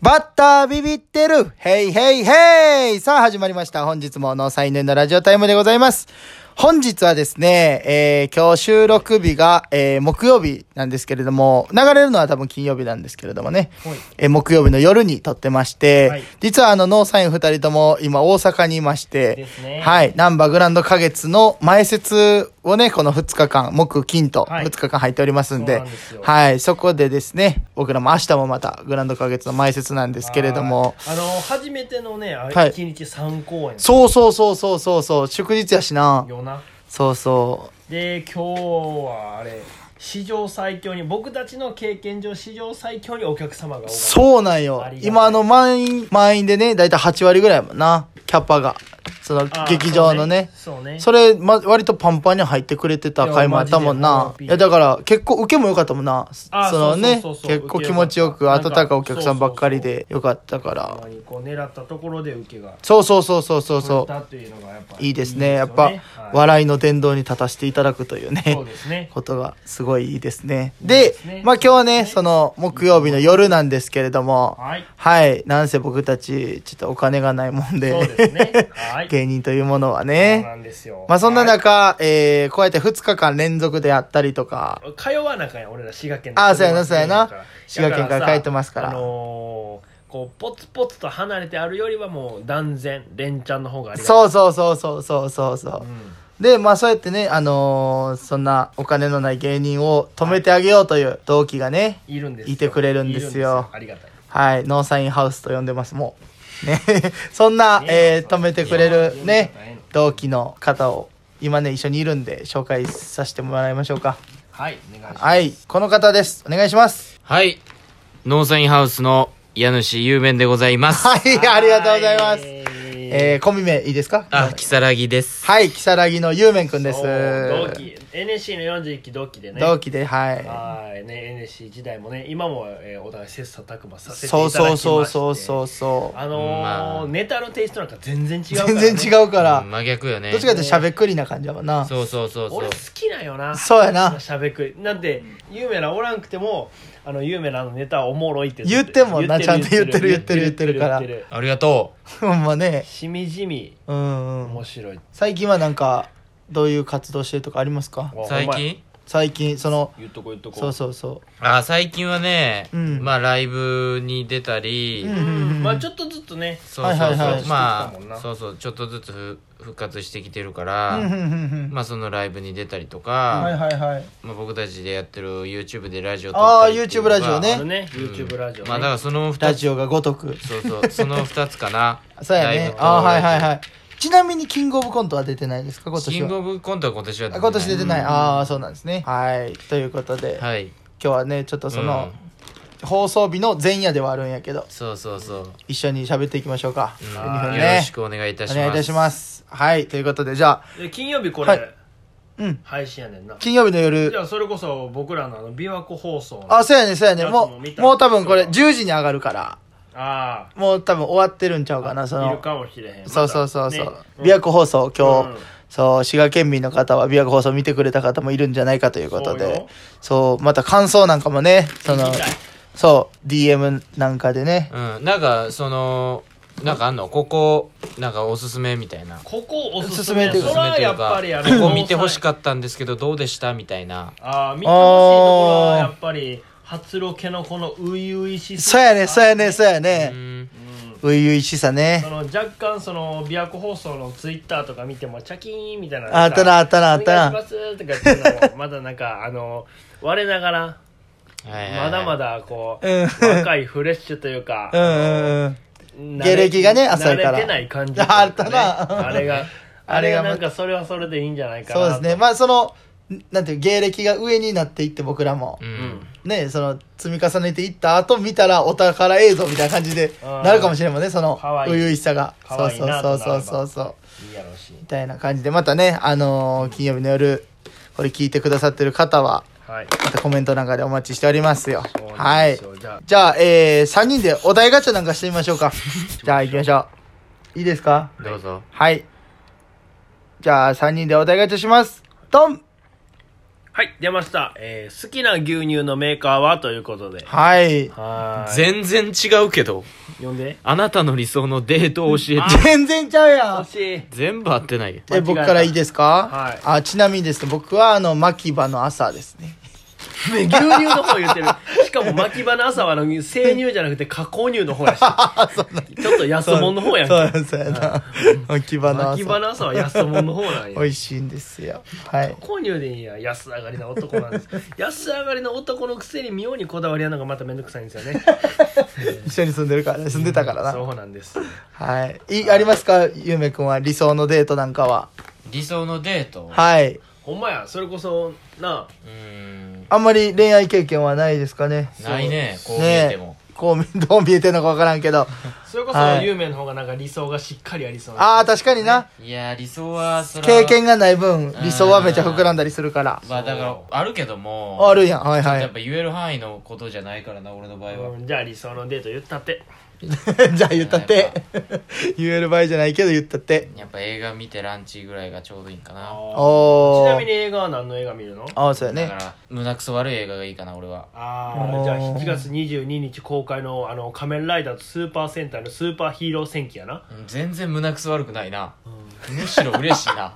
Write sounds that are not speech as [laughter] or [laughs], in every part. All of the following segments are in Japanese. バッタービビってるヘイヘイヘイさあ始まりました。本日もの再燃のラジオタイムでございます。本日はですね、えー、今日収録日が、えー、木曜日なんですけれども、流れるのは多分金曜日なんですけれどもね、はいえー木曜日の夜に撮ってまして、はい実はあの、ノーサイン二人とも今大阪にいまして、ですねはい、ナンバーグランド花月の前説をね、この2日間、木、金とはい2日間入っておりますんで、そうなんですよはい、そこでですね、僕らも明日もまたグランド花月の前説なんですけれども、あーあの初めてのねあはい一日3公演そうそうそうそうそうそう、祝日やしな。よなそうそで今日はあれ史上最強に僕たちの経験上史上最強にお客様が多かう。ったそうなんよあり。がたい今あの満員、満員でね、だいたい8割ぐらいやもんな、キャッパが。そのあー劇場のね。そうねそそうねれ、ま、割とパンパンに入ってくれてた回もあったもんいやなマ。ジいでや、だから、結構、受けも良かったもんな。そあのねそうそうそうそう結構気持ちよく、受け良か温ったかいお客さんばっかりで、良かったから。こう狙ったところで受けがそうそうそうそうそう取れそたというのがやっぱう。いいですね。やっよぱ、はい笑いの殿堂に立たせていただくというそうね。ですねことがすごいいいですね。いいでですね、まあ今日はね、その木曜日の夜なんですけれども、はいはい、なんせ僕たち、ちょっとお金がないもんで、そうですね [laughs] はい芸人というものはそうね、なんですよまあそんなはい中、えー、こうやって2日間連続であったりとか、通わなあかんやん俺ら滋賀県あーそうやなそうやなだから滋賀県からださ帰ってますからあのーこうポツポツと離れてあるよりはもう断然連チャンの方がありがたいそうそうそうそうそうそうそう。で、まあそうやってね、あのーそんなお金のない芸人を止めてあげようという動機がね、うん、いるんですよいてくれるんですよいるんですありがたいはい、ノーサインハウスと呼んでます、もう。ね、 [laughs] そんな、えー止めてくれるね、同期の方を今ね、一緒にいるんで紹介させてもらいましょうか。はいお願いしますはい、この方です。お願いします。はい。ノーサインハウスの家主ゆうめんでございます。はい、ありがとうございます。ええー、コンビ名いいですかあ、きさらぎです。はい、キサラギのゆうめんくんーです。そう同期 NSC の41期同期でね同期で、ははいね NSC 時代もね今も、えーお互い切磋琢磨い。させていたそだうきましそてうそうそうそうそう。あのーまあネタのテイストなんか全然違うから、ね、全然違うから、うん真逆よね。どっちかというとしゃべっくりな感じやもんな。そうそうそうそ俺う好。きなんよなそうやな [laughs] しゃべくりなんで有名なおらんくてもあの有名なあのネタはおもろいって言ってもなちゃんと言ってる言ってる言ってるから言ってるありがとほんまね。しみじみうんうん面。白い最近はなんかどういう活動してるとかありますかう。最ほんまや近最近その言っとこう言っとこそうそうそあ、最近はね、うんまあライブに出たり、う、うんまあちょっょっとずつねそうそうそう、はいはいはいしまてきたもんあ、なそうそう、ちょっとずつふ復活してきてるから、うんうんうんまあそのライブに出たりとか、うんはいはいはいまあ僕たちでやってる YouTube でラジオ撮あったありっていうの YouTube がラジオあねのねうん YouTube ラジオねまあだからその二ラつ、ジオがごとく。そうそう、その二つかな [laughs] そうやライねブとああはいはいはいちなみにキングオブコントは出てないですか今キ年ングはオブコントは今年はあ今年出てない、うんああそうなんですねはいということで、今はい日はねちょっとその、放送日の前夜ではあるんやけどそうそうそう、うん一緒に喋っていきましょうか、ん12分よろねしくお願いいたしおます願いいたしますはいということでじゃあで金曜日こはいれうん配信やねんな金曜日の夜じゃあそれこそ僕らのあの琵琶湖放送のあ、そうやね、そうやね。やつもも見う、たもう多分これ10時に上がるから、あもう多分終わってるんちゃうかな、そあいるの。かもしれへんまたそうそうそうそうね。琵琶湖放送、今日、うんそう、滋賀県民の方は琵琶湖放送見てくれた方もいるんじゃないかということそうでよ、そう、また感想なんかもね、その聞きたい、そう、DM なんかでね。うんなんかそのなんかあんのここなんかおすすめみたいなここおすすおすすめめっていうそかおすすらめといやうっぱかりあのここ見てほしかったんですけどどうでしたみたいなああ見てほしいところはやっぱり初ロケのこの初々しさそうやね、そうやね、そうやうね。んうん初々しさそね。の若干その琵琶湖放送のツイッターとか見てもチャキーンみたいなあったな、あったな、あったおな願い。しますとか言ってるのもまだなんかあの我ながらはいはいはまいだまだこう、うん若いフレッシュというか、うんうんうん。慣芸れ歴がね浅いから慣れてない感じ、あったなあれがああれれががなんかそれはそれでいいんじゃないかなそうですね。まあ、その、なんていう、芸歴が上になっていって僕らもう。うんんね、その積み重ねていった後見たらお宝映像みたいな感じでうんなるかもしれんもんねそのかわいい初々しさがかそうわいいそうなそうとそなうればそうそういいやろうしみたいな感じでまたねあのー金曜日の夜これ聞いてくださってる方ははいまたコメントなんかでお待ちしておりますよそうなはんでいすよじゃあじゃあ、えー、3人でお題ガチャなんかしてみましょう [laughs] かじゃあ行きましょういいですかどうぞはいじゃあ3人でお題ガチャしますドンはい、出ました。えー好きな牛乳のメーカーはということで。はい。はーい。全然違うけど、呼んで。あなたの理想のデートを教えて。全然ちゃうやん惜。しい。全部合ってないよ。え僕からいいですか、はいあちなみにですね僕はあの牧場の朝ですねね牛乳の方言ってる。しかも巻き場の朝はあの生乳じゃなくて加工乳の方やし。ちょっと安物の方やんそうけ。そうやな牧場の巻き場朝の朝は安物の方なんや美。味しいんですよ [laughs] はい購入でいいんや安上がりな男なんです安上がりな男のくせに妙にこだわりなのがまためんどくさいんですよね一緒に住んでるからね住んでたからな、そうなんですはいいありますかゆめくんは理想のデートなんかは理想のデートはいほんまやそれこそなうーん。あんまり恋愛経験はないですかねないね、こう見えねてえも。こう見どう見えてんのか分からんけどそれこはそい有名の方がなんか理想がしっかりありそうなああ確かにないや、理想は、それは経験がない分理想はめちゃ膨らんだりするからまあだから、あるけども、あるやんはいちょっとはやっいぱ言える範囲のことじゃないからな、俺の場合は。うんじゃあ理想のデート言ったってじゃあ言ったって。 [laughs] 言える場合じゃないけど言ったって。やっぱ映画見てランチぐらいがちょうどいいんかな。おちー。なみに映画は何の映画見るのああ、そうやだねか。ら、胸くそ悪い映画がいいかな、俺は。あおーあじゃあ7月22日公開の「あの仮面ライダーとスーパー戦隊」のスーパーヒーロー戦記やな、うん全然胸くそ悪くないな。むしろ嬉しいな。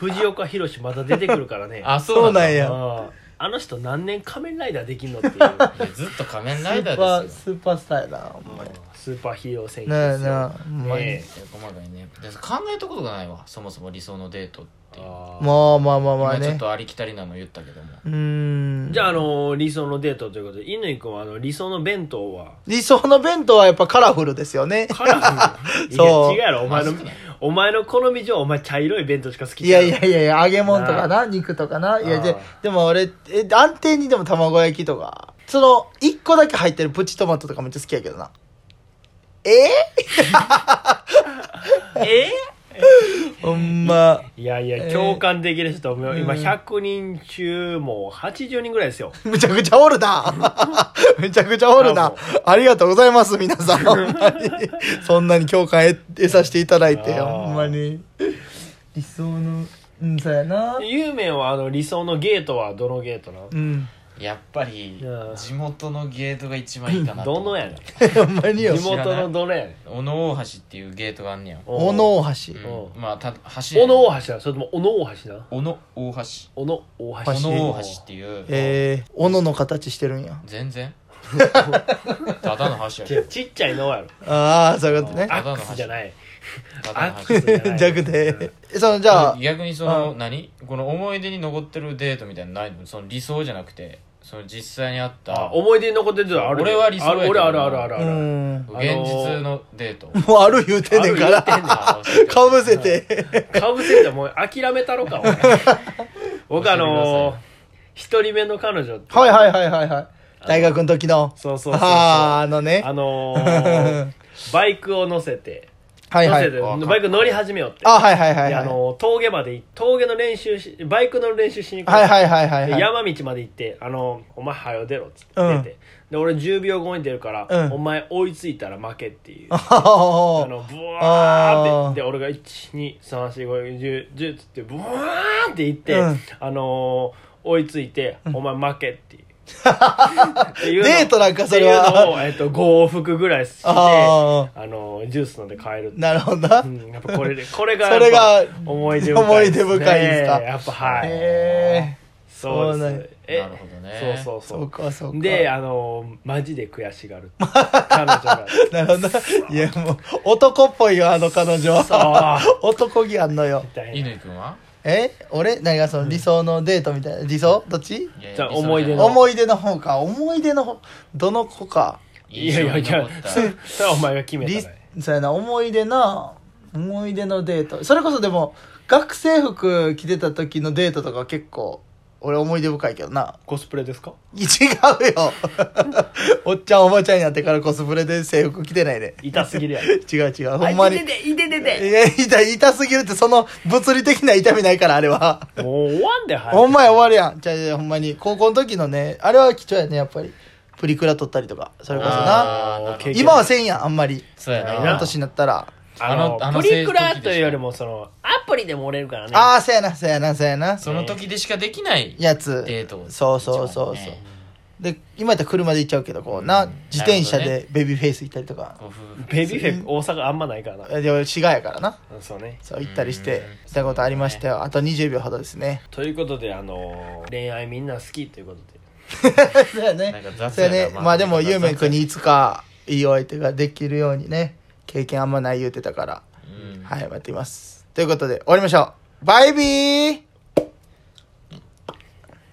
藤岡弘また出てくるからねあ、そそううななんんや。や。あーあの人何年仮面ライダーできんのっていううんいやずっと仮面スライダーパーー、ですスーパースターやな、お前。スーパーヒーロー戦記なであすなあよ、ほんまにねよ。いや細かいね。で考えたことがないわ、そもそも理想のデートっていう。あーまあまあまあまあ今ちょっね。とありきたりなの言ったけども。うーん。じゃあ、あのー理想のデートということで乾君はあの理想の弁当は理想の弁当はやっぱカラフルですよね。カラフルいやそう違うやろお前のマジでお前の好み上お前茶色い弁当しか好きいじゃやんいやいやいや、揚げ物とかな、肉とかな。いや、あでー、でも俺、え、安定にでも卵焼きとか。その、一個だけ入ってるプチトマトとかめっちゃ好きやけどな。ええー、ほんま。いやいえやー共感できる人も今うん100人中もう80人ぐらいで [laughs] すよむちゃくちゃおるな。むちゃくちゃおるな。ありがとうございます、皆さん。ほんまに。そんなに共感得得させていただいて、あーほんまに。理想の、うん、そうやな。有名はあの理想のゲートはどのゲートなのうん。 [laughs] やっぱりうん地元のゲートが一番いいかなと [laughs] ど思のっやてねんほんまによ地。知ら元ないのどのやねん小野大橋っていうゲートがあんねやん、小野大橋。うんうまあた橋小野大橋なそれとも小野大橋な小野大橋小野大橋小野大橋っていう、えー、斧の形してるんや。全然ただの橋やちちっちゃいのやろああ、そういうことね。アックスじゃないたアだのッ橋クスじゃ [laughs] ない弱で。えその、じゃあ、逆にその何この思い出に残ってるデートみたいなのないのその理想じゃなくてその実際にあったあ思い出に残ってるのある俺は理想やけあどる俺あるあるあるうある、ん。現実のデートもうある言うてんねんかある言うてんねら。あ教えてかぶせて。かぶせてもう諦めたろか [laughs] お前僕あのー一人目の彼女ってはいはいはいはいはい。大学の時の。そうそうそうそうああ、あのね。あの [laughs] ーバイクを乗せてはいはい乗。せてバイク乗り始めよってあ、はいはいはいではい。あのー峠まで行峠の練習しバイクの練習しに行くはいはいはいはい、ではい。山道まで行って「あのお前はよ出ろ」っつってうん出て、で俺10秒後に出るから、うんお前追いついたら負け」っていうああははのブワーあっーてで俺が123451010ってブワーって行って、うんあのー追いついて「お前負け」 [laughs] っていう。っていうのデートなんかそれはっていうのを、えっと、往復ぐらいしてああのージュース飲んで帰るっていうなるほどなう。んやっぱこれで [laughs] これがそれがやっぱ思い出深い思い出深いですかねやっぱはい、へえそうそうなんやですえなるほどねそそうそうそううかそうか。で、あのマジで悔しがる [laughs] 彼女がなるほどな。いやもう、男っぽいよ、あの彼女は。男気あんのよみ。たいな乾君はえ俺何がその理想のデートみたいな。理想どっちいやじゃあ理想思い出の思い出の方か。思い出の方、どの子か。いやいやいやそれそれはお前が決めりたねそうやな、思い出な、思い出のデート。それこそでも、学生服着てた時のデートとか結構、俺思い出深いけどな。コスプレですか違うよ [laughs] おっちゃんおばちゃんになってからコスプレで制服着てないで痛すぎるやん違う違う [laughs] ほんまにあいいてていてててや痛い痛すぎるってその物理的な痛みないからあれはもう終わんではいほんまや終わるやんじゃあじゃあほんまに高校の時のねあれは貴重やねやっぱりプリクラ撮ったりとかそれこそなあーなるほど経験今はせんやんあんまりそうやなないな年になったらあのあのプリクラというよりももそのアプリでも折れるからねああ、そうやな、そうやな、そうやな。その時でしかできないやつ。デートをそうそうそうそう。で、今やったら車で行っちゃうけど、こうな、自転車なるでベビーフェイス行ったりとか。ご夫婦ベビーフェク大阪あんまないからなえでも滋賀やからな。うんそうねそう、行ったりしてうん、したことありましたよ。あと20秒ほどです [laughs] ね。ということであのー恋愛みんな好きということでそうやねなんか雑やな。そうやね。まあまあでも、なんか雑ゆうめんくんにいつかいいお相手ができるようにね、経験あんまない言うてたから、うんはい、待っています。ということで、終わりましょう。バイビー